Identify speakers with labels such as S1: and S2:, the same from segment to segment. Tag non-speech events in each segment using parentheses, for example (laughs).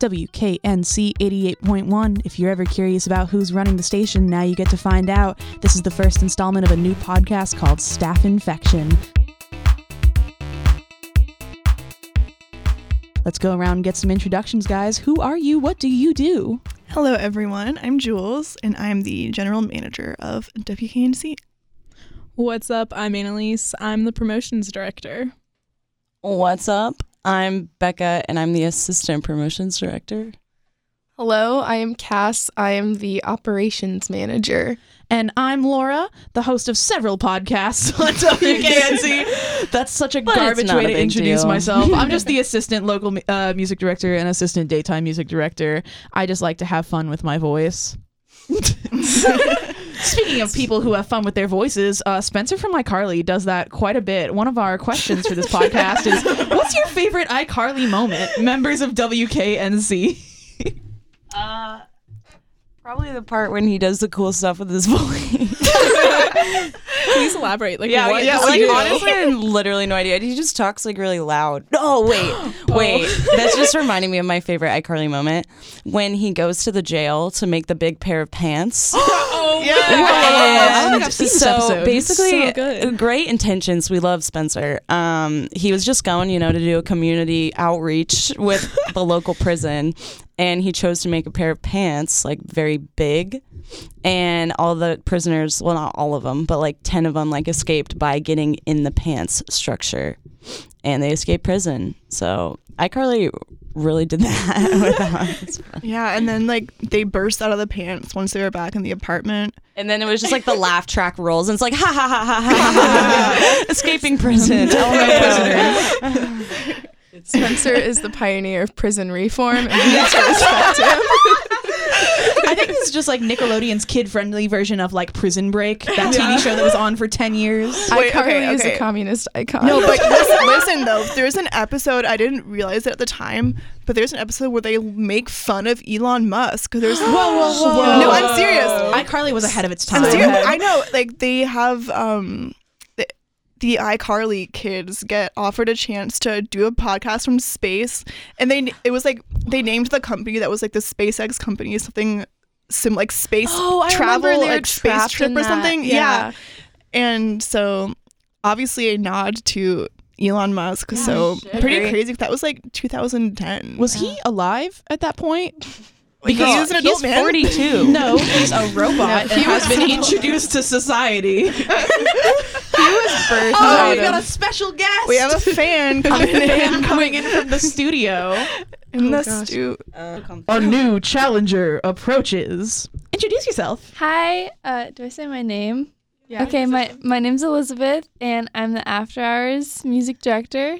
S1: WKNC 88.1. If you're ever curious about who's running the station, now you get to find out. This is the first installment of a new podcast called Staff Infection. Let's go around and get some introductions, guys. Who are you? What do you do?
S2: Hello, everyone. I'm Jules, and I'm the general manager of WKNC.
S3: What's up? I'm Annalise. I'm the promotions director.
S4: What's up? I'm Becca and I'm the assistant promotions director.
S5: Hello, I am Cass. I am the operations manager.
S1: And I'm Laura, the host of several podcasts (laughs) on
S4: (laughs)
S1: WKNC. That's such a
S4: But it's
S1: garbage
S4: not
S1: way
S4: a
S1: to
S4: big
S1: introduce
S4: deal.
S1: myself. I'm
S4: (laughs)
S1: just the assistant local mu- uh, music director and assistant daytime music director. I just like to have fun with my
S4: (laughs)
S1: voice. Speaking of people who have fun with their voices, uh, Spencer from iCarly does that quite a bit. One of our questions for this podcast is What's your favorite iCarly moment, members of WKNC?
S4: Probably the part when he does the cool stuff with his (laughs) voice.
S3: Please elaborate. Like,
S1: Yeah,
S3: what
S1: yeah,
S3: does
S1: like,
S3: he do?
S4: honestly, I have literally no idea. He just talks like really loud. (gasps) Oh wait, wait. That's just reminding me of my favorite iCarly moment when he goes to the jail to make the big pair of pants.
S2: (laughs)
S3: Oh,
S1: I don't think I've seen Oh this
S4: so
S1: episode.
S4: basically,
S3: So
S1: (laughs)
S3: good.
S4: great intentions. We love Spencer. Um, he was just going, you know, to do a community outreach with
S1: (laughs)
S4: the local prison, and he chose to make a pair of pants like very big, and all the prisoners, well, not all of them, but like ten of them, like escaped by getting in the pants structure, and they escaped prison. So iCarly really did that (laughs) with us.
S2: Yeah, and then like they burst out of the pants once they were back in the apartment.
S4: And then it was just like the laugh track rolls, and it's like ha ha ha ha ha, ha. escaping prison, element prisoners.
S5: Spencer is the pioneer of prison reform, and we need to respect him.
S1: I think this is just like Nickelodeon's kid friendly version of like Prison Break, that TV show that was on for 10 years.
S2: (laughs) Wait,
S5: iCarly
S2: okay,
S5: is
S2: okay.
S5: a communist icon.
S2: No,
S3: (laughs)
S2: but listen, listen though, there's an episode I didn't realize it at the time, but there's an episode where they make fun of Elon Musk.
S3: (gasps)
S2: There's whoa, whoa,
S1: whoa.
S2: No, I'm serious.
S1: iCarly was ahead of its time.
S2: I'm serious. I know, like they have um the, the iCarly kids get offered a chance to do a podcast from space, and they it was like they named the company that was like the SpaceX company something sim like space
S5: (gasps) Oh, I
S2: travel
S5: remember they were
S2: like space
S5: trapped
S2: trip
S5: in
S2: or
S5: that.
S2: something.
S5: Yeah.
S2: and so obviously a nod to Elon Musk. so pretty crazy. That was like 2010.
S1: Was he alive at that point?
S2: Like,
S1: Because
S2: he's an adult man.
S4: Forty-two.
S1: (laughs) No, he's a robot
S5: No,
S1: and
S5: he
S1: has
S5: was-
S1: been introduced to (laughs) society.
S5: Birth
S1: Oh,
S5: out
S1: we've got a
S5: of-
S1: special guest.
S2: We have a
S5: (laughs)
S2: fan coming
S5: Oh
S2: in,
S1: coming in from the studio.
S2: in the stu-
S1: Our new challenger approaches. Introduce yourself.
S6: Hi, uh, do I say my name? Yeah. Okay, my, my name's Elizabeth, and I'm the After Hours music director.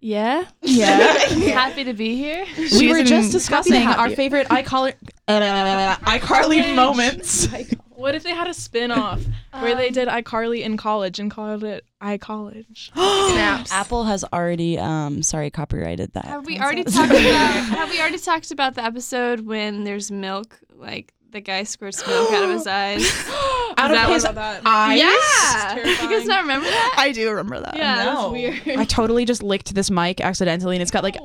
S6: Yeah. (laughs)
S1: Yeah.
S6: Happy to be here.
S1: we
S2: She's
S1: were
S2: in-
S1: just discussing
S2: happy to have
S1: our
S2: you. (laughs)
S1: favorite iCarly, iCarly moments.
S3: What if they had a spin off where
S2: Um,
S3: they did iCarly in college and called it iCollege?
S4: Apple has already, um, sorry, copyrighted that. Uh,
S6: Have we already talked (laughs) about have we already talked about the episode when there's milk, like the guy squirts milk out of (gasps) his eyes?
S1: (gasps) Out
S6: That
S1: of his
S6: was-
S1: eyes.
S6: (laughs) yeah.
S3: terrifying.
S6: You guys not remember that?
S2: I do remember that.
S6: yeah,
S4: No.
S6: that's weird.
S1: I totally just licked this mic accidentally, and it's got like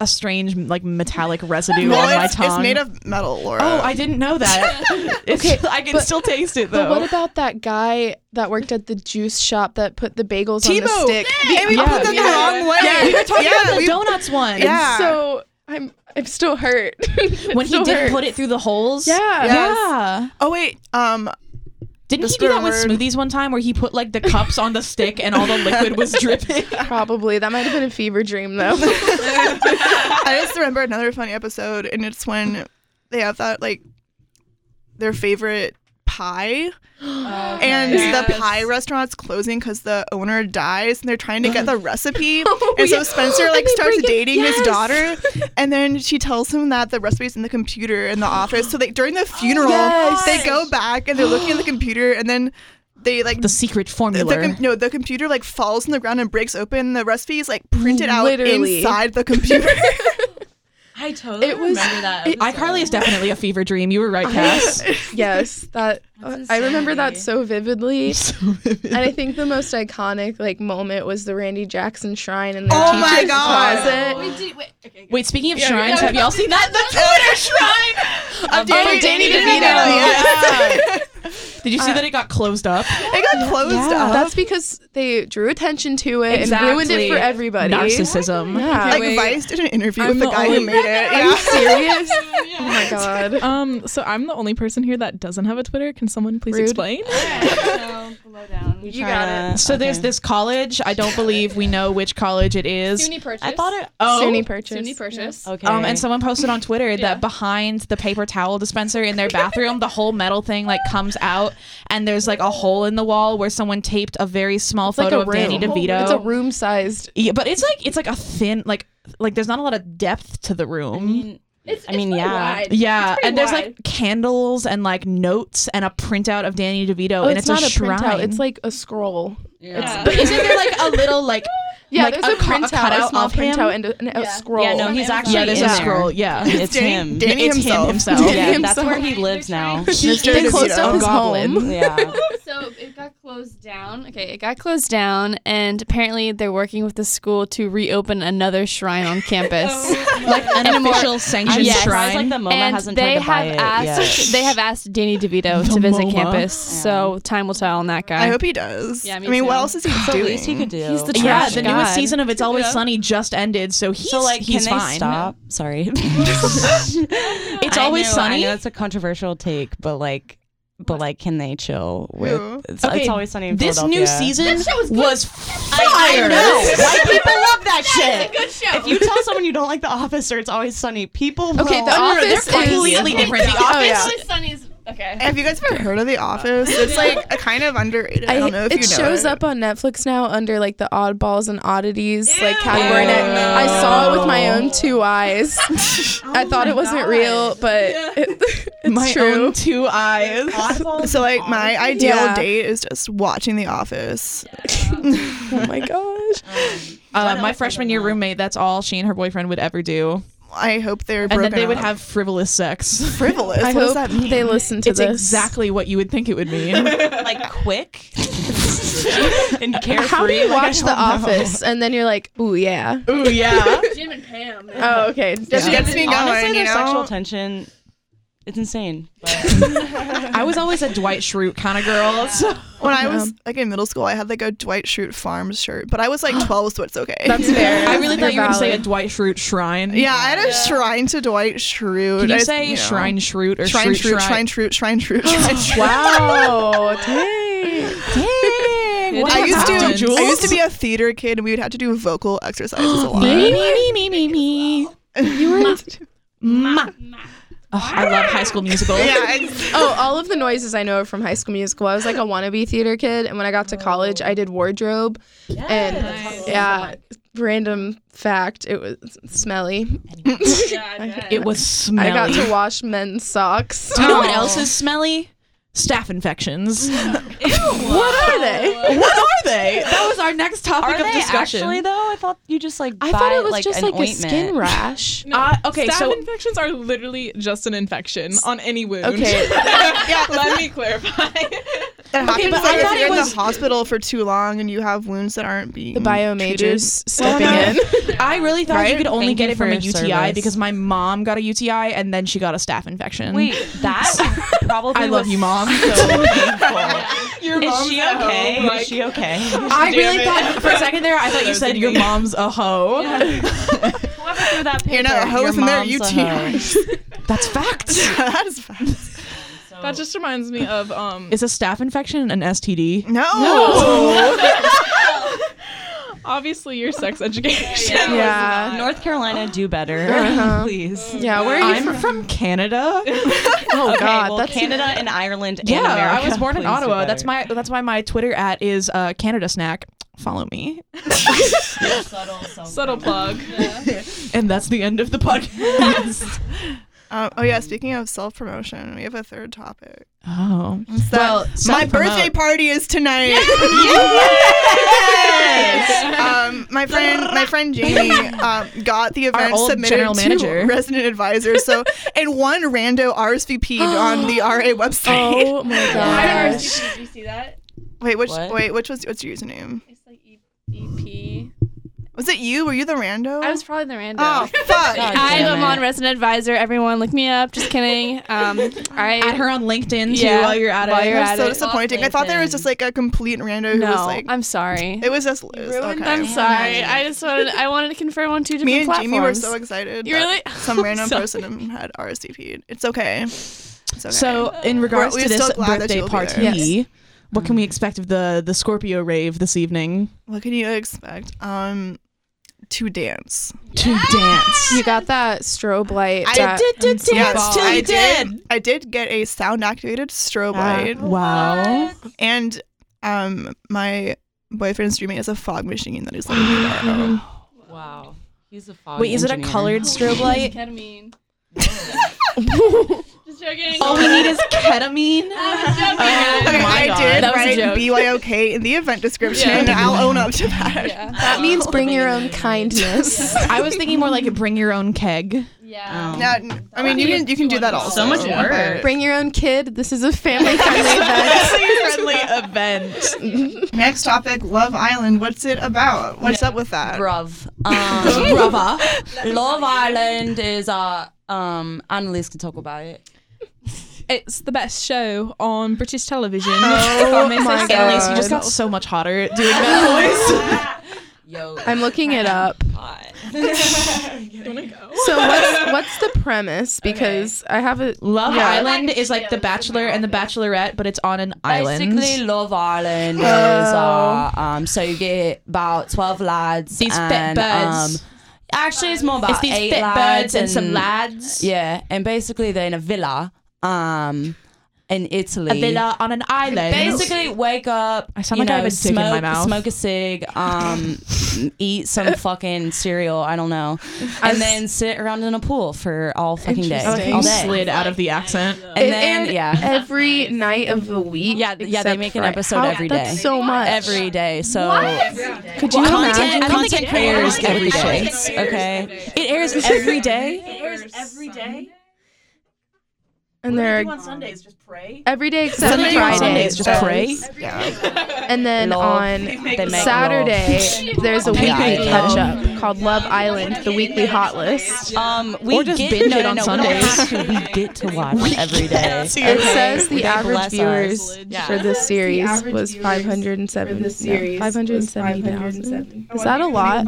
S1: a strange, like metallic residue
S2: Well,
S1: on my
S2: it's, it's
S1: tongue.
S2: made of metal, Laura.
S1: Oh, I didn't know that. (laughs) It's- I can
S5: but-
S1: still taste it
S5: But
S1: though.
S5: what about that guy that worked at the juice shop that put the bagels on the
S2: Timo!
S5: stick?
S2: And we
S1: Yeah.
S2: put them
S3: Yeah.
S2: the wrong way.
S5: Yeah, we were
S2: talking
S1: the donuts one.
S2: Yeah.
S5: So I'm I'm still hurt. (laughs) It
S1: When he
S5: still
S1: did
S5: hurts.
S1: put it through the holes.
S5: Yeah.
S2: Yes.
S1: Yeah.
S2: Oh wait, um,
S1: Didn't
S2: The
S1: he do that with
S2: squirrel word.
S1: smoothies one time where he put like the cups on the stick and all the liquid (laughs) was dripping?
S5: Probably that might have been a fever dream though. (laughs)
S2: I just remember another funny episode, and it's when they have that like their favorite
S5: (gasps)
S2: pie, and the pie restaurant's closing because the owner dies, and they're trying to
S5: (laughs)
S2: get the recipe,
S5: Oh,
S2: and so Spencer like
S5: they
S2: starts
S5: bring it-
S2: dating his
S5: yes. (laughs)
S2: daughter, and then she tells him that the recipe's in the computer in the office. So they during
S5: (gasps)
S2: the funeral,
S5: Yes.
S2: they go back and they're looking at the computer, and then they like
S1: the secret
S2: the,
S1: formula.
S2: the com- no, the computer like falls on the ground and breaks open. The recipe is like printed out
S5: (laughs) Literally.
S2: inside the computer.
S4: I
S7: I totally
S5: It was-
S7: remember
S6: (laughs)
S7: that.
S5: it-
S7: episode.
S1: iCarly is definitely a fever dream. You were right, Cass.
S5: yes, that uh,
S7: That's
S5: I remember that
S7: insanity.
S1: (laughs)
S5: so vividly. and I think the most iconic like moment was the Randy Jackson shrine in the
S2: Oh my
S5: teacher's
S2: God.
S5: closet.
S7: Wait, did, wait, okay,
S1: Wait, speaking of shrines, have y'all seen that?
S2: The Twitter shrine of
S1: Danny- Uh,
S5: Danny DeVito.
S2: Yes.
S1: Did you see that it got closed up?
S2: it got closed up.
S5: That's because they drew attention to it and ruined
S1: Exactly.
S5: it for everybody.
S1: Narcissism.
S5: Yeah.
S2: like
S5: Wait,
S2: Vice did an interview
S3: I'm
S2: with the
S3: the
S2: guy who
S3: only-
S2: made it.
S5: are you
S2: Yeah. (laughs)
S5: (laughs) serious? oh my god.
S3: Um, so I'm the only person here that doesn't have a Twitter. Can someone please
S5: Rude.
S3: explain?
S7: yeah, so low down.
S5: You got it.
S1: So there's this college. I don't believe we know which college it is.
S7: SUNY purchase.
S4: I thought it.
S1: Oh,
S5: SUNY purchase.
S7: SUNY purchase.
S4: Okay.
S1: Um, and someone posted on Twitter that behind the paper towel dispenser in their bathroom, the whole metal thing like comes out, and there's like a hole in the wall where someone taped a very small
S5: like
S1: photo
S5: a
S1: of Danny
S5: room.
S1: DeVito.
S5: It's a room sized.
S1: yeah, but it's like it's like a thin like like there's not a lot of depth to the room.
S4: I mean,
S7: It's,
S4: I mean,
S7: it's pretty
S4: yeah.
S7: wide.
S1: yeah,
S7: It's pretty
S1: and there's
S7: wide.
S1: like candles and like notes and a printout of Danny DeVito,
S5: Oh,
S1: and it's,
S5: it's, not a,
S1: a shrine.
S5: printout. It's like a scroll.
S7: Yeah.
S1: but isn't there like a little like
S5: Yeah,
S1: Like
S5: there's
S1: a
S5: a,
S1: cu- a
S5: printout, a,
S1: cutout
S5: small
S1: of him?
S5: printout, and a, and a
S7: Yeah.
S5: scroll.
S4: Yeah, no,
S7: Oh,
S4: he's
S7: yeah,
S4: actually
S1: yeah, there's
S4: in
S1: a
S4: there.
S1: scroll. Yeah,
S4: It's
S2: Danny,
S4: him.
S2: Danny
S1: it's
S2: himself.
S1: him
S2: (laughs)
S1: himself.
S4: Oh, yeah,
S5: him
S4: that's where
S5: so-
S4: he lives now. Oh,
S2: Mr.
S5: They closed
S2: DeVito.
S5: up his
S1: goblin.
S5: (laughs) home.
S4: yeah.
S6: So it got closed down. Okay, it got closed down, and apparently they're working with the school to reopen another shrine on campus.
S1: like an official sanctioned
S6: Yes.
S1: shrine.
S4: surprised like the MoMA
S6: and
S4: hasn't
S6: they
S4: tried to buy
S6: have
S4: it (laughs)
S6: asked
S4: yet.
S6: they have asked Danny DeVito to
S1: The
S6: visit
S1: MoMA.
S6: campus.
S4: Yeah.
S6: So time will tell on that guy.
S2: I hope he does.
S6: Yeah, me
S2: I mean, what
S6: too.
S2: else is he
S4: So at
S2: doing?
S4: least he could do.
S6: He's the
S4: Yeah.
S1: yeah,
S6: trash
S1: the
S6: God.
S1: newest season of It's Always
S7: Yeah.
S1: Sunny just ended, so he's
S4: so like,
S1: he's
S4: can
S1: fine.
S4: they stop? (laughs) Sorry.
S1: It's
S4: I
S1: Always
S4: know-
S1: Sunny.
S4: I know it's a controversial take, but like, but like, can they chill with?
S2: Who?
S4: It's, it's always sunny. In
S1: this new
S4: Philadelphia.
S1: season was, fire. Uh,
S4: I know. White people
S2: (laughs)
S4: love that shit. If you tell someone you don't like The Office or It's Always Sunny, people.
S5: Okay,
S4: will-
S5: The Office
S1: they're completely
S5: is
S1: different. The
S5: (laughs) Oh,
S1: Office.
S5: yeah.
S7: Sunny's okay.
S2: Have you guys ever heard of The Office? It's like a kind of underrated. I, don't know if you
S5: it
S2: know.
S5: shows
S2: it.
S5: up on Netflix now under like the oddballs and oddities like category.
S4: Ew.
S5: And I, I saw it with my own
S1: (laughs)
S5: two eyes.
S2: (laughs)
S5: (laughs)
S1: Oh
S5: I thought it wasn't real, but it- (laughs) it's
S1: My
S5: true.
S1: own two eyes.
S2: (laughs) So like my ideal
S5: Yeah.
S2: date is just watching The Office.
S5: (laughs) oh
S2: (laughs)
S5: my gosh.
S1: Uh, my freshman year roommate. That's all she and her boyfriend would ever do,
S2: I hope they're
S1: and
S2: broken
S1: then they would
S2: up.
S1: have frivolous
S2: (laughs)
S1: sex.
S2: frivolous.
S5: I
S2: what does
S5: hope
S2: that mean?
S5: they listen to
S1: It's
S5: this.
S1: exactly what you would think it would mean.
S4: uh, like quick (laughs) and carefree.
S5: How do you
S4: like, I
S5: watch
S4: don't
S5: The
S4: know.
S5: Office and then you're like,
S2: (laughs)
S5: ooh yeah.
S1: Ooh yeah.
S7: Jim and Pam.
S5: Oh okay.
S2: Just
S5: Yeah.
S2: gets me going,
S4: Honestly,
S2: you
S4: their
S2: know.
S4: sexual tension. It's insane.
S1: I was always a Dwight Schrute kind of girl. So.
S2: when I was like in middle school, I had like a Dwight Schrute Farms shirt, but I
S1: (gasps)
S2: was like 12, so it's okay.
S5: That's fair.
S1: I really
S5: You're
S1: thought you were going to say a
S5: valid.
S1: Dwight Schrute shrine.
S2: (laughs) yeah, I had a shrine to Dwight Schrute.
S1: Can
S2: I
S1: you
S2: s-
S1: say
S2: know.
S1: shrine Schrute or
S2: Shrine
S1: Schrute
S2: Schrute, shrine Schrute, shrine Schrute,
S1: (gasps)
S2: shrine Schrute.
S1: (laughs)
S5: Wow. Dang.
S1: Dang, what
S2: I used
S1: happened,
S2: to
S1: Jules?
S2: I used to be a theater kid, and we would have to do vocal
S1: (gasps)
S2: exercises a lot.
S1: me me
S2: (laughs)
S1: me me me.
S2: You were
S1: (laughs) Ma. Ugh, I love High School Musical.
S2: yeah, it's,
S5: Oh, all of the noises I know are from High School Musical. I was like a wannabe theater kid, and when I got to college, I did wardrobe, and yeah, random fact, it was smelly.
S1: It was smelly.
S5: I got to wash men's
S1: (laughs)
S5: socks.
S1: Do you know what else is smelly? Staph infections.
S5: what are they?
S1: what are they? That was our next topic
S4: Are
S1: of
S4: they
S1: discussion.
S4: actually though? I thought you just like.
S5: I
S4: buy,
S5: thought it was just
S4: an
S5: like a
S4: ointment.
S5: skin rash.
S1: Uh, okay,
S3: Staph
S1: so
S3: infections are literally just an infection on any wound.
S1: (laughs)
S5: Okay,
S3: Let me clarify.
S2: that happens
S1: but I
S2: like if
S1: thought
S2: you're
S1: it
S2: in
S1: was-
S2: the hospital for too long and you have wounds that aren't being
S5: the bio
S2: treated.
S5: majors stepping in.
S1: I really thought you
S2: Right?
S1: could only
S4: Thank
S1: get
S4: you
S1: it from a
S4: for your
S1: UTI
S4: service.
S1: because my mom got a UTI and then she got a staph infection.
S4: Wait, that (laughs) probably.
S1: I love
S4: was
S1: you, mom.
S4: (laughs) So painful. Is she okay? Is she (laughs) okay?
S1: I really thought for a second there, I thought you said your mom's a hoe.
S4: Whoever threw that paper,
S2: You're not a hoe
S4: your
S2: in there,
S4: mom's
S2: you (laughs)
S4: a hoe.
S2: tears.
S1: That's facts.
S2: (laughs) that is
S1: (laughs)
S2: fast.
S3: That just reminds me of um
S1: Is a staph infection an STD?
S2: No.
S3: obviously your sex education.
S5: Yeah,
S4: uh, North Carolina, do better,
S2: Uh-huh.
S4: (laughs) please.
S5: yeah. Where
S1: (laughs)
S5: are you
S1: I'm from Canada.
S5: Oh
S4: Okay,
S5: God,
S4: well,
S5: that's
S4: Canada and Ireland.
S1: yeah,
S4: and America,
S1: I was born in
S4: please do
S1: Ottawa. That's
S4: better.
S1: my that's why my Twitter at is uh, Canada Snack. Follow (laughs) me,
S4: subtle, so
S3: Subtle plug.
S1: (laughs) and that's the end of the podcast.
S2: Um, oh yeah, speaking of self promotion, we have a third topic.
S1: Oh.
S2: It's that
S1: Well,
S2: my
S1: self-promote.
S2: birthday party is tonight. um, my friend, my friend Jamie, um, got the event
S1: old
S2: submitted
S1: general
S2: to
S1: manager.
S2: resident advisor. So, and one rando RSVP'd on the RA website.
S5: Oh my
S7: I
S5: gosh.
S7: RSVP, did you see that?
S2: Wait, which
S4: What?
S2: wait, which was what's your username?
S7: It's like E- EP.
S2: Was it you? Were you the rando?
S6: I was probably the
S7: (laughs)
S6: random.
S2: Oh fuck!
S4: God
S6: I
S4: damn
S6: am on
S4: it.
S6: resident advisor. Everyone, look me up. Just kidding. Um, I
S1: Add her on LinkedIn too
S6: Yeah,
S1: while you're at
S6: while
S1: it.
S6: you're
S2: That's
S6: at
S2: so
S6: it.
S2: disappointing. I thought there was just like a complete rando who
S6: no.
S2: was like,
S6: I'm sorry.
S2: it was just Liz.
S7: ruined
S2: Okay.
S6: I'm sorry. I just wanted I wanted to confirm on (laughs) two different
S2: Me and
S6: platforms.
S2: Jamie were so excited.
S6: You
S2: that
S6: really?
S1: (laughs)
S2: Some random
S1: Sorry.
S2: person had RSVP'd. It's okay. It's okay.
S1: So, in regards
S2: we're
S1: to this
S2: so glad that
S1: birthday
S2: you'll be
S1: party, Mm-hmm.
S2: there.
S1: what can we expect of the the Scorpio rave this evening?
S2: what can you expect? Um, to dance.
S1: To dance.
S5: You got that strobe light.
S2: I
S5: that-
S1: Did to dance
S2: Yes,
S1: till
S2: I
S1: you did.
S2: I did get a sound activated strobe
S1: (laughs)
S2: light,
S1: Wow.
S2: and um, my boyfriend's roommate has a fog machine that is
S1: (gasps)
S2: like. wow.
S4: Wow. He's a fog
S1: Wait, is it a
S4: Oh, engineer.
S1: colored strobe light?
S7: Ketamine.
S6: (laughs)
S7: Just joking.
S1: All we need is
S6: (laughs)
S1: ketamine.
S2: (laughs)
S6: Oh,
S7: I
S2: Okay,
S1: Oh my
S2: I
S1: God.
S2: did
S1: That was a
S2: write
S1: joke.
S2: BYOK in the event description. I'll own up to that.
S5: that means bring your
S1: (laughs)
S5: own kindness.
S1: I was thinking more like a bring your own keg.
S7: was joking. Yeah.
S2: Now, I mean, you can you can do that also.
S8: So much work.
S5: Bring your own kid. This is a family
S1: (laughs)
S5: friendly
S2: (laughs)
S5: event.
S1: friendly event.
S2: Next topic, Love Island. What's it about? What's up with that?
S4: (laughs) Bruv. Um, (laughs) Love Island is uh um Annalise can talk about it.
S3: It's the best show on British television.
S5: Oh my
S1: At least you just got
S5: god.
S1: so much hotter doing
S3: (laughs)
S1: that
S4: Yo.
S5: I'm looking it up.
S4: (laughs) hot. (laughs)
S5: So what's what's the premise? Because I have a
S1: voice. Love
S5: Yeah.
S1: Island is like The Bachelor and The Bachelorette, but it's on an island.
S4: Basically, Love Island is uh, um, so you get about twelve lads.
S1: These fit
S4: and,
S1: birds.
S4: Um, actually, it's more about
S1: it's these
S4: eight
S1: fit birds
S4: lads
S1: and some lads.
S4: Yeah, and basically they're in a villa, um, in Italy.
S1: A villa on an island.
S4: Basically, wake up.
S1: I sound
S4: you
S1: like I
S4: know,
S1: have a dick in
S4: smoke,
S1: my mouth.
S4: Smoke a cig.
S1: (laughs)
S4: Um, eat some fucking cereal. I don't know, and then sit around in a pool for all fucking day,
S5: Interesting.
S4: all
S1: you
S4: day.
S1: slid out of the accent.
S4: And then yeah,
S5: every night of the week.
S4: Yeah, th- yeah, they
S5: except
S4: make an
S5: Fri-
S4: episode
S5: How-
S4: every
S5: that's
S4: day.
S5: so much.
S4: every day. So.
S5: Could you
S4: Well,
S5: imagine?
S4: content, content creators
S1: airs
S4: every
S1: every
S4: day.
S7: day.
S4: Okay, it airs every day.
S7: every day.
S5: And they're
S1: Sundays, just pray.
S5: every day except
S1: Sunday on
S5: Friday.
S1: Sundays, just
S5: That's-
S2: (laughs)
S1: pray.
S5: And then
S4: Love. They
S5: on
S4: make love.
S5: Saturday, there's a
S4: (laughs) Yeah,
S5: weekly
S4: I know.
S5: catch up called Love Island, the weekly hot list.
S4: Um, we
S1: Or just
S4: get,
S1: binge
S4: no,
S1: it
S4: no,
S1: on
S4: no, we don't
S1: Sundays.
S4: have to. (laughs) We get to watch every day.
S5: It says the
S4: They
S5: average
S4: bless
S5: viewers
S4: us.
S5: for this series was 507. no, 570,000. Is that a lot?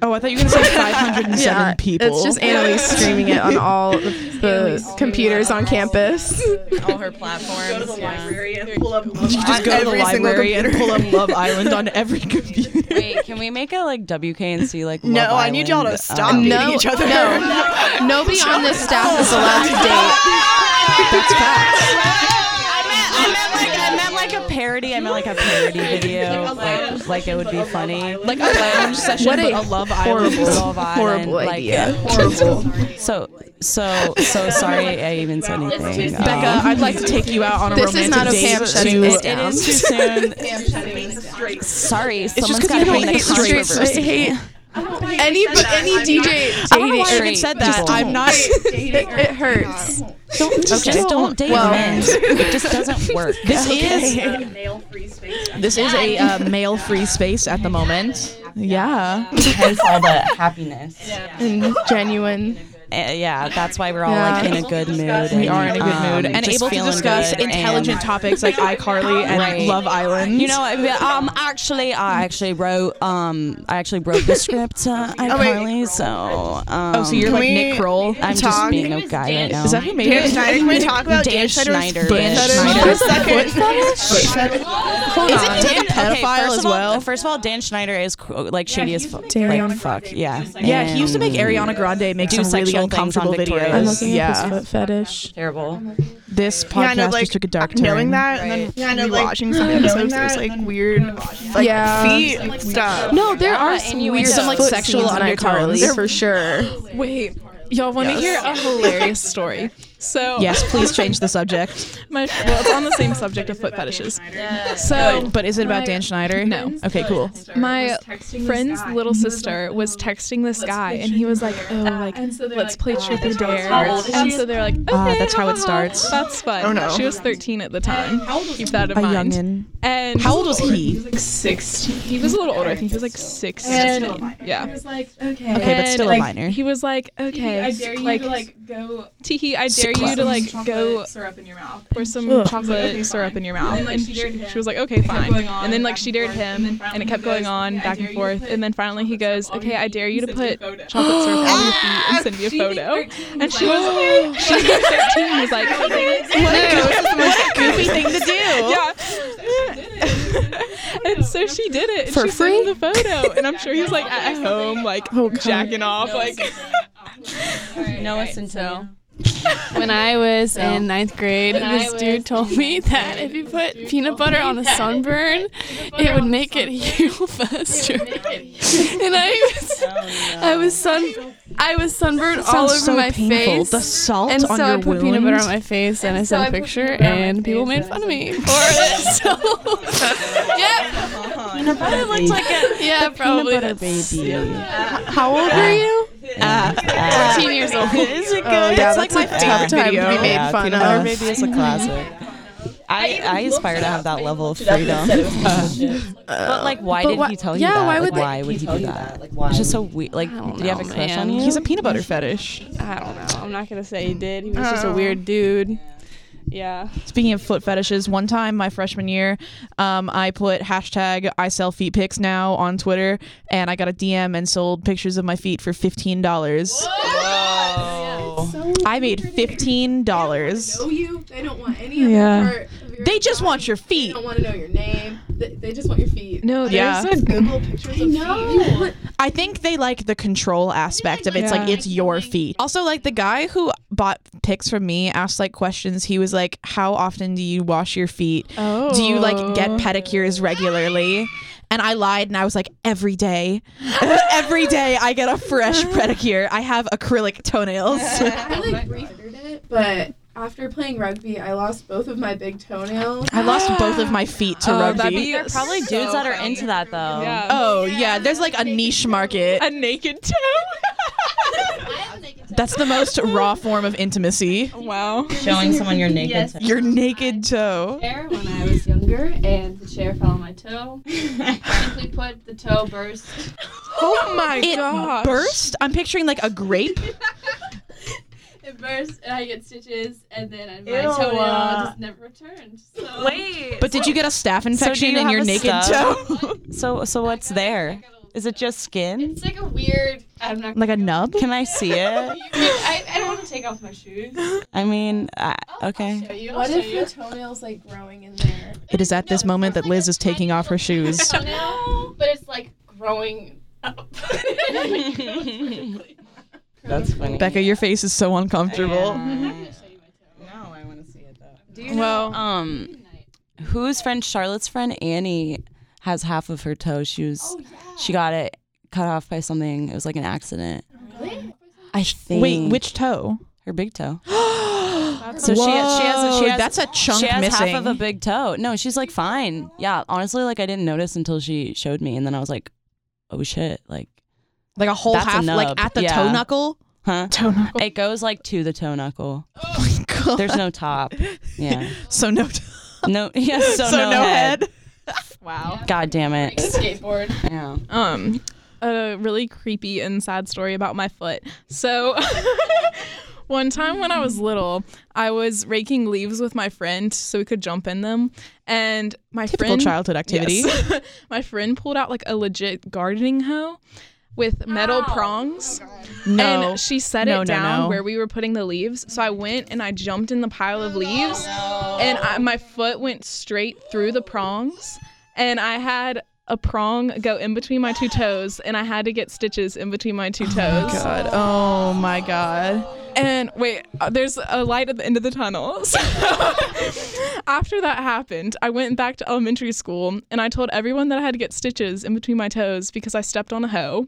S1: Oh, I thought you were (laughs) gonna say 507
S5: Yeah,
S1: people.
S5: It's just Annalise streaming it on
S1: (laughs)
S5: all the, the computers on campus.
S8: all
S4: (laughs)
S8: her platforms. yeah.
S1: Just go to the
S2: every single
S1: library and pull
S2: computer.
S1: up Love Island on (laughs) every computer.
S4: Wait, can we make a like WKNC
S2: (laughs)
S4: like?
S2: No,
S4: Love
S2: I need y'all to
S4: Island,
S2: stop
S4: um,
S2: beating
S5: No,
S2: each other.
S5: no, (laughs) nobody
S1: (laughs)
S5: on this staff is allowed to
S2: (laughs)
S5: date.
S1: That's facts.
S4: I meant like I meant like a parody. I meant like a parody video. Like like it would be funny.
S1: Like a lounge session,
S5: What
S1: but
S5: a
S1: a Love Island.
S4: Love Island,
S5: horrible
S4: like,
S5: idea.
S4: yeah.
S5: Horrible.
S4: So so so sorry I even said anything. Um,
S1: Becca, I'd like to take you out on a
S5: This
S1: romantic
S5: is not okay,
S1: date
S5: I'm
S1: to
S5: shutting this
S4: It
S5: down.
S4: is
S5: (laughs)
S4: too soon. Sorry, someone's
S1: 'cause
S4: got to
S1: you
S4: bring
S1: don't
S4: the
S1: hate straight
S4: controversy.
S5: I hate any any DJ
S1: I don't know why I even
S5: dating.
S1: said that.
S4: Just
S1: I'm not.
S5: It, it hurts.
S4: Don't, just, just don't date (laughs)
S5: Well-
S4: men. It just doesn't work.
S1: This is this is a uh, male-free space at the moment. Yeah.
S4: Hence all the (laughs) happiness. Yeah,
S5: And genuine.
S4: Eh, yeah that's why we're all like
S5: Yeah.
S4: in a good mood.
S1: We are in a good
S4: um,
S1: mood and
S4: just
S1: able to
S4: feeling
S1: discuss
S4: good and-
S1: intelligent topics like iCarly and
S4: (laughs) Right.
S1: Love Island.
S4: You know, I- um, actually, I actually wrote, um, I actually wrote the
S1: (laughs)
S4: script, uh,
S2: wait.
S4: iCarly. So, um,
S1: Oh, so you're
S2: Can
S1: like
S2: we
S1: Nick Kroll.
S4: I'm
S2: talk?
S4: just being a guy right now.
S1: Is that who made
S2: Dan
S1: it?
S2: Schneider, can we talk about Dan
S4: Dan
S2: Schneider's
S4: Schneider.
S2: foot
S4: Dan
S2: fetish for
S1: Schneider.
S2: a second?
S4: Hold
S1: Isn't he like a pedophile
S4: first
S1: as
S4: of all-
S1: well?
S4: first of all, Dan Schneider is qu- like shady as fuck.
S5: Ariana
S4: Like, fuck, yeah. Mm.
S1: Yeah, he used to make
S4: And
S1: Ariana Grande make
S4: do
S1: some really
S4: sexual things on
S1: uncomfortable
S4: Victoria's.
S1: videos.
S4: I'm
S1: yeah,
S5: foot fetish.
S4: Terrible.
S1: this podcast
S2: Yeah, I know, like,
S1: just took a dark turn.
S2: Knowing that, and then yeah, watching some episodes, there's like weird, like
S5: Yeah.
S2: feet stuff. (laughs)
S5: No, there are
S4: and
S5: some
S4: you
S5: weird
S4: some, like,
S5: foot
S1: sexual
S5: scenes in
S1: undertones.
S5: iCarly for sure.
S3: Wait,
S5: Y'all want to
S9: Yes.
S5: hear a hilarious story? So
S1: Yes,
S5: (laughs)
S1: please change the subject.
S5: my well, it's on the same subject of foot fetishes. So
S1: But is it about
S5: My-
S1: Dan Schneider?
S5: No.
S1: Okay, cool.
S5: my friend's little sister was texting this guy, and he was like, "Oh, like let's play truth or dare." And so they're like, "Okay,
S1: Ah, that's how it
S5: haha,
S1: starts.
S5: That's fun."
S9: Oh, no.
S5: She was 13 at the time. Keep that in
S1: A
S5: mind.
S1: youngin.
S5: And
S1: How old was he?
S5: He was a little older. I think he was like 16. yeah.
S1: Okay, but
S5: And,
S1: still a
S5: like,
S1: minor.
S5: He was like, "Okay,
S2: I dare you
S5: like,
S2: to like go
S5: Teehee, I dare
S1: Six
S5: you to like
S2: chocolate
S5: go
S2: syrup in your mouth.
S5: pour some
S1: Ugh.
S5: chocolate syrup in your mouth.
S2: then, like,
S5: and
S2: she
S5: she,
S2: dared him.
S5: she was like, okay, fine.
S2: going on,
S5: And then like
S2: back
S5: she
S2: and
S5: dared
S2: forth,
S5: him,
S2: and then
S5: and,
S2: finally
S5: it kept
S2: he
S5: going
S2: goes,
S5: on
S2: "Okay, I
S5: back
S2: dare
S5: and
S2: you
S5: forth.
S2: put
S5: And then finally he goes,
S2: all
S5: okay,
S2: your
S5: I dare you to
S2: feet and
S5: put
S2: send me a photo."
S5: chocolate
S1: (gasps)
S5: syrup on your feet and send me a photo. And she was, she was 13. Was like,
S1: (laughs) what a goofy thing to do.
S5: yeah. and so she did it and for she free. the photo, and I'm sure he's like at
S2: oh,
S5: home, like
S1: Oh,
S5: jacking off, like.
S10: No, it's until.
S6: When I was in ninth grade, this dude told me that if you put peanut butter on a sunburn, it would make it heal faster. (laughs) And I was, I was sun, I was sunburned
S1: Sounds
S6: all over
S1: so
S6: my
S1: painful.
S6: face.
S1: The salt
S6: and so
S1: on
S6: I
S1: your
S6: put
S1: wound.
S6: peanut butter on my face and, I sent a picture, and people made fun of me for it. So, yeah,
S1: peanut butter looks like a
S6: yeah, probably.
S1: peanut butter
S6: that's-
S1: baby.
S6: How old
S4: Uh,
S6: were you? Fourteen years old.
S4: (laughs)
S1: Is it good?
S11: Oh, yeah,
S1: it's
S11: that's
S1: like my
S11: a tough
S1: favorite
S11: time to
S1: video.
S11: be made fun
S4: peanut
S11: of.
S4: butter baby is a classic. I, I aspire to have that level of freedom. (laughs) but like, why
S6: But
S4: did
S6: why-
S4: he tell you
S6: yeah,
S4: that?
S6: why
S4: Like,
S6: would they-
S4: why would he do that? Like, why? It's just so weird. Like,
S6: don't
S4: did he have a
S6: know,
S4: crush
S6: man.
S4: on you?
S1: He's a peanut butter fetish.
S6: I don't know. I'm not gonna say he did. He was just
S9: Oh.
S6: a weird dude. Yeah.
S1: Speaking of foot fetishes, one time my freshman year, um, I put hashtag I sell feet pics now on Twitter, and I got a DM and sold pictures of my feet for fifteen dollars. I made fifteen dollars.
S11: you. They don't want any
S5: other Yeah.
S11: part.
S1: They just want your feet.
S11: want to know your name. They, they just want your feet.
S5: No, there's
S1: Yeah.
S5: a
S11: Google pictures of feet.
S1: I think they like the control aspect of it. It's like
S5: Yeah.
S1: it's your feet. Also, like the guy who bought pics from me asked like questions. He was like, "How often do you wash your feet?
S5: Oh.
S1: Do you like get pedicures regularly?" And I lied and I was like, "Every day, (laughs) every day I get a
S5: (laughs)
S1: fresh pedicure. I have acrylic toenails."
S11: I like refitted it, but after playing rugby, I lost both of my big toenails.
S1: I lost both of my feet to
S5: Oh, that'd
S1: rugby.
S5: be
S10: There are probably dudes that are into that though.
S5: yeah.
S1: oh yeah, there's like a niche market.
S5: a
S1: (laughs)
S5: naked toe.
S1: That's the most raw form of intimacy.
S5: wow.
S10: Showing someone your naked.
S2: Yes.
S1: Your naked toe.
S2: Chair when I was younger, and the chair fell on my toe. Simply put, the toe burst.
S1: Oh my
S5: gosh.
S1: burst? I'm picturing like a grape.
S2: It burst, and I get stitches, and then my toe just never returned. So
S10: Wait.
S1: But did you get a staph
S4: do
S1: infection
S4: you
S1: in your
S4: have a
S1: naked
S4: stub?
S1: toe?
S4: So so what's there? Is it just skin?
S2: it's like a weird. I'm
S1: (laughs)
S2: not.
S1: like a nub?
S4: Can I see it?
S2: You can- I, I don't want to take off my shoes.
S4: I mean, I, okay.
S2: Show you.
S11: What
S2: I'll show
S11: if
S2: you.
S11: your toenail's like growing in there?
S1: It is at this moment that Liz is taking off her shoes.
S2: toenail, but it's like growing up.
S4: (laughs) That's funny.
S1: Becca, your face is so uncomfortable.
S4: No, I want to see it though.
S2: Do you
S5: Well,
S4: Um, whose friend? Charlotte's friend Annie has half of her toe. She was,
S1: Oh,
S4: she got it cut off by something. It was like an accident. I think.
S1: Wait, which toe?
S4: her
S1: (gasps)
S4: big toe? (gasps) so she has, she has, a- she
S1: Whoa,
S4: has
S1: that's a chunk
S4: she has
S1: missing.
S4: half of a big toe. No, she's like fine. Yeah, honestly, like I didn't notice until she showed me, and then I was like, oh shit, like,
S1: like a whole
S4: That's a
S1: half,
S4: nub,
S1: like at the
S4: yeah.
S1: toe knuckle.
S4: huh?
S1: Toe knuckle.
S4: It goes like to the toe knuckle.
S1: Oh my god.
S4: There's
S1: (laughs)
S4: no top. Yeah.
S1: (laughs) so no.
S4: No. (laughs) Yeah. So,
S1: so no, head.
S5: wow.
S4: God damn it.
S1: (laughs)
S2: skateboard?
S4: Yeah.
S5: Um, a really creepy and sad story about my foot. So, (laughs) one time when I was little, I was raking leaves with my friend so we could jump in them, and my
S1: Typical
S5: friend
S1: childhood activity.
S5: Yes. (laughs) my friend pulled out like a legit gardening hoe with metal prongs.
S1: No.
S5: And she set
S1: No, no,
S5: it down
S1: no.
S5: where we were putting the leaves. So I went and I jumped in the pile of leaves, and I, my foot went straight through the prongs, and I had a prong go in between my two toes, and I had to get stitches in between my two toes.
S1: god. Oh my god.
S5: And wait, uh, there's a light at the end of the tunnel. (laughs) So after that happened, I went back to elementary school and I told everyone that I had to get stitches in between my toes because I stepped on a hoe.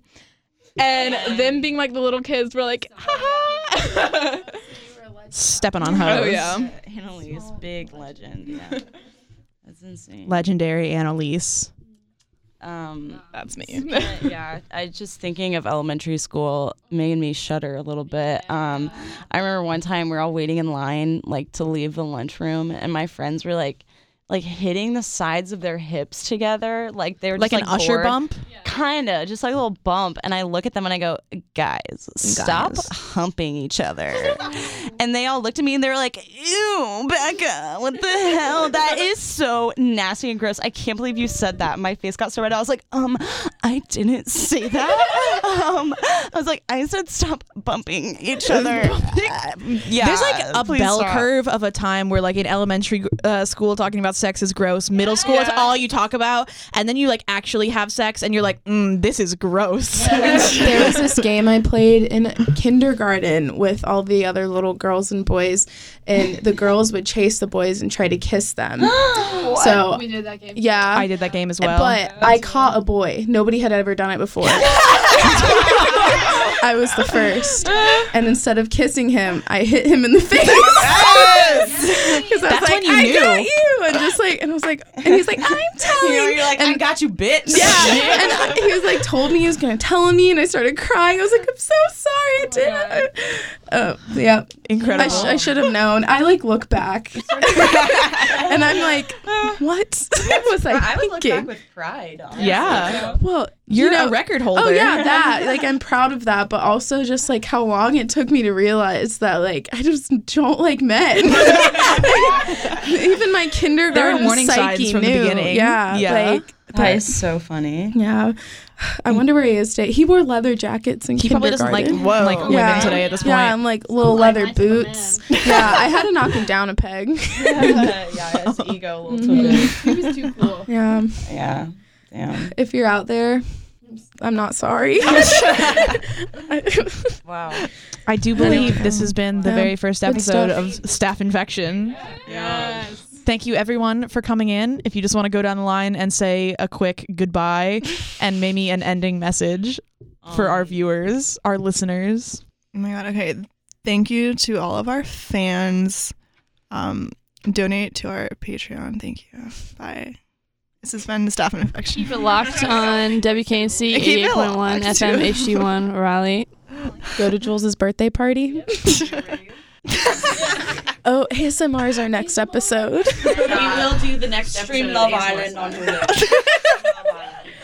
S5: And them being like the little kids were like, haha,
S1: Stepping on hose.
S3: Oh, yeah.
S4: Annalise, big legend.
S1: (laughs)
S4: Yeah. That's insane.
S1: Legendary Annalise.
S4: Um,
S3: That's me.
S4: but yeah, I just thinking of elementary school made me shudder a little bit. Um, I remember one time we were all waiting in line like to leave the lunchroom, and my friends were like, like hitting the sides of their hips together, like they were
S1: Like
S4: just,
S1: an usher
S4: bored.
S1: bump.
S4: kinda just like a little bump and i look at them and i go guys, stop humping each other and they all looked at me and they were like ew becca what the hell that is so nasty and gross i can't believe you said that my face got so red i was like um i didn't say that (laughs) um i was like i said stop bumping each other Uh, yeah
S1: There's like a
S4: please
S1: bell
S4: stop.
S1: curve of a time where, like, in elementary uh, school, talking about sex is gross. Middle school is all you talk about, and then you like actually have sex, and you're like, mm, this is gross.
S5: there was (laughs) this game I played in kindergarten with all the other little girls and boys, and the girls would chase the boys and try to kiss (gasps) them. so
S7: We did that game.
S5: yeah,
S1: (laughs) I did that game as well.
S5: but I caught a boy. Nobody had ever done
S1: (laughs)
S5: it before. I was the first, and instead of kissing him, I hit him in the face. (laughs) Because I was like,
S1: when you
S5: I
S1: knew."
S5: got you, and just like, and I was like, and he's like, I'm telling.
S4: you know, you're like i got you bitch
S5: Yeah. (laughs) and I- he was like, told me he was gonna tell me, and I started crying. I was like, I'm so sorry, I didn't. Oh, yeah,
S1: Incredible.
S5: I, sh- I should have known. I like look back, (laughs) and I'm like, (laughs) what was I,
S8: I would look
S5: thinking?
S8: back with pride. Honestly.
S1: yeah,
S5: well, you
S1: you're
S5: know-
S1: a record holder.
S5: Oh
S1: (laughs)
S5: yeah, that. Like I'm proud of that, but also just like how long it took me to realize that like I just don't like men. (laughs) Even my kindergarten
S1: There are warning signs
S5: psyche
S1: from the
S5: knew.
S1: beginning.
S5: Yeah,
S1: Yeah. Mm.
S5: Like,
S4: that is so funny
S5: yeah. I wonder where he is today. He wore leather jackets in
S1: he probably doesn't like
S5: kindergarten.
S1: like women
S5: Yeah.
S1: today at this point.
S5: Yeah, and like little
S7: like
S5: leather
S7: nice little
S5: boots. yeah, I had to knock him down
S1: (laughs)
S5: a peg. (laughs)
S4: yeah, (laughs) yeah it's ego a little too big
S7: It was too cool.
S5: yeah.
S4: yeah damn
S5: If you're out there, I'm not sorry.
S1: (laughs)
S5: (laughs)
S4: wow
S1: I do believe this has been the
S5: Yeah.
S1: very first
S5: Good
S1: episode
S5: stuff.
S1: of Staff Infection. Thank you, everyone, for coming in. If you just want to go down the line and say a quick
S4: (laughs)
S1: goodbye and maybe an ending message for
S4: Um,
S1: our viewers, our listeners.
S2: Oh my god. Okay. Thank you to all of our fans. Um, donate to our Patreon. Thank you. Bye. This has been Staff and Infection.
S6: Keep it locked on WKNC
S2: (laughs) Keep it
S6: 88.1
S2: locked.
S6: FM HD1 Raleigh.
S5: Go to Jules's birthday party. (laughs) oh, ASMR is our next episode.
S8: We will do the next stream Love Island
S7: (laughs)
S8: on Hulu.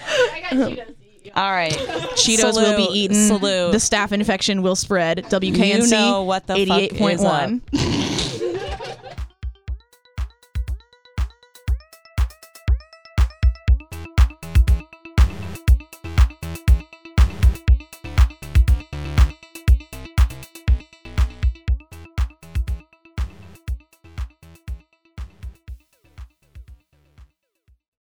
S7: I got Cheetos.
S4: all right
S1: Cheetos will
S4: Salute.
S1: be eaten.
S4: Salute.
S1: The staff infection will spread. WKNC
S4: You know what the fuck is
S1: 88.1.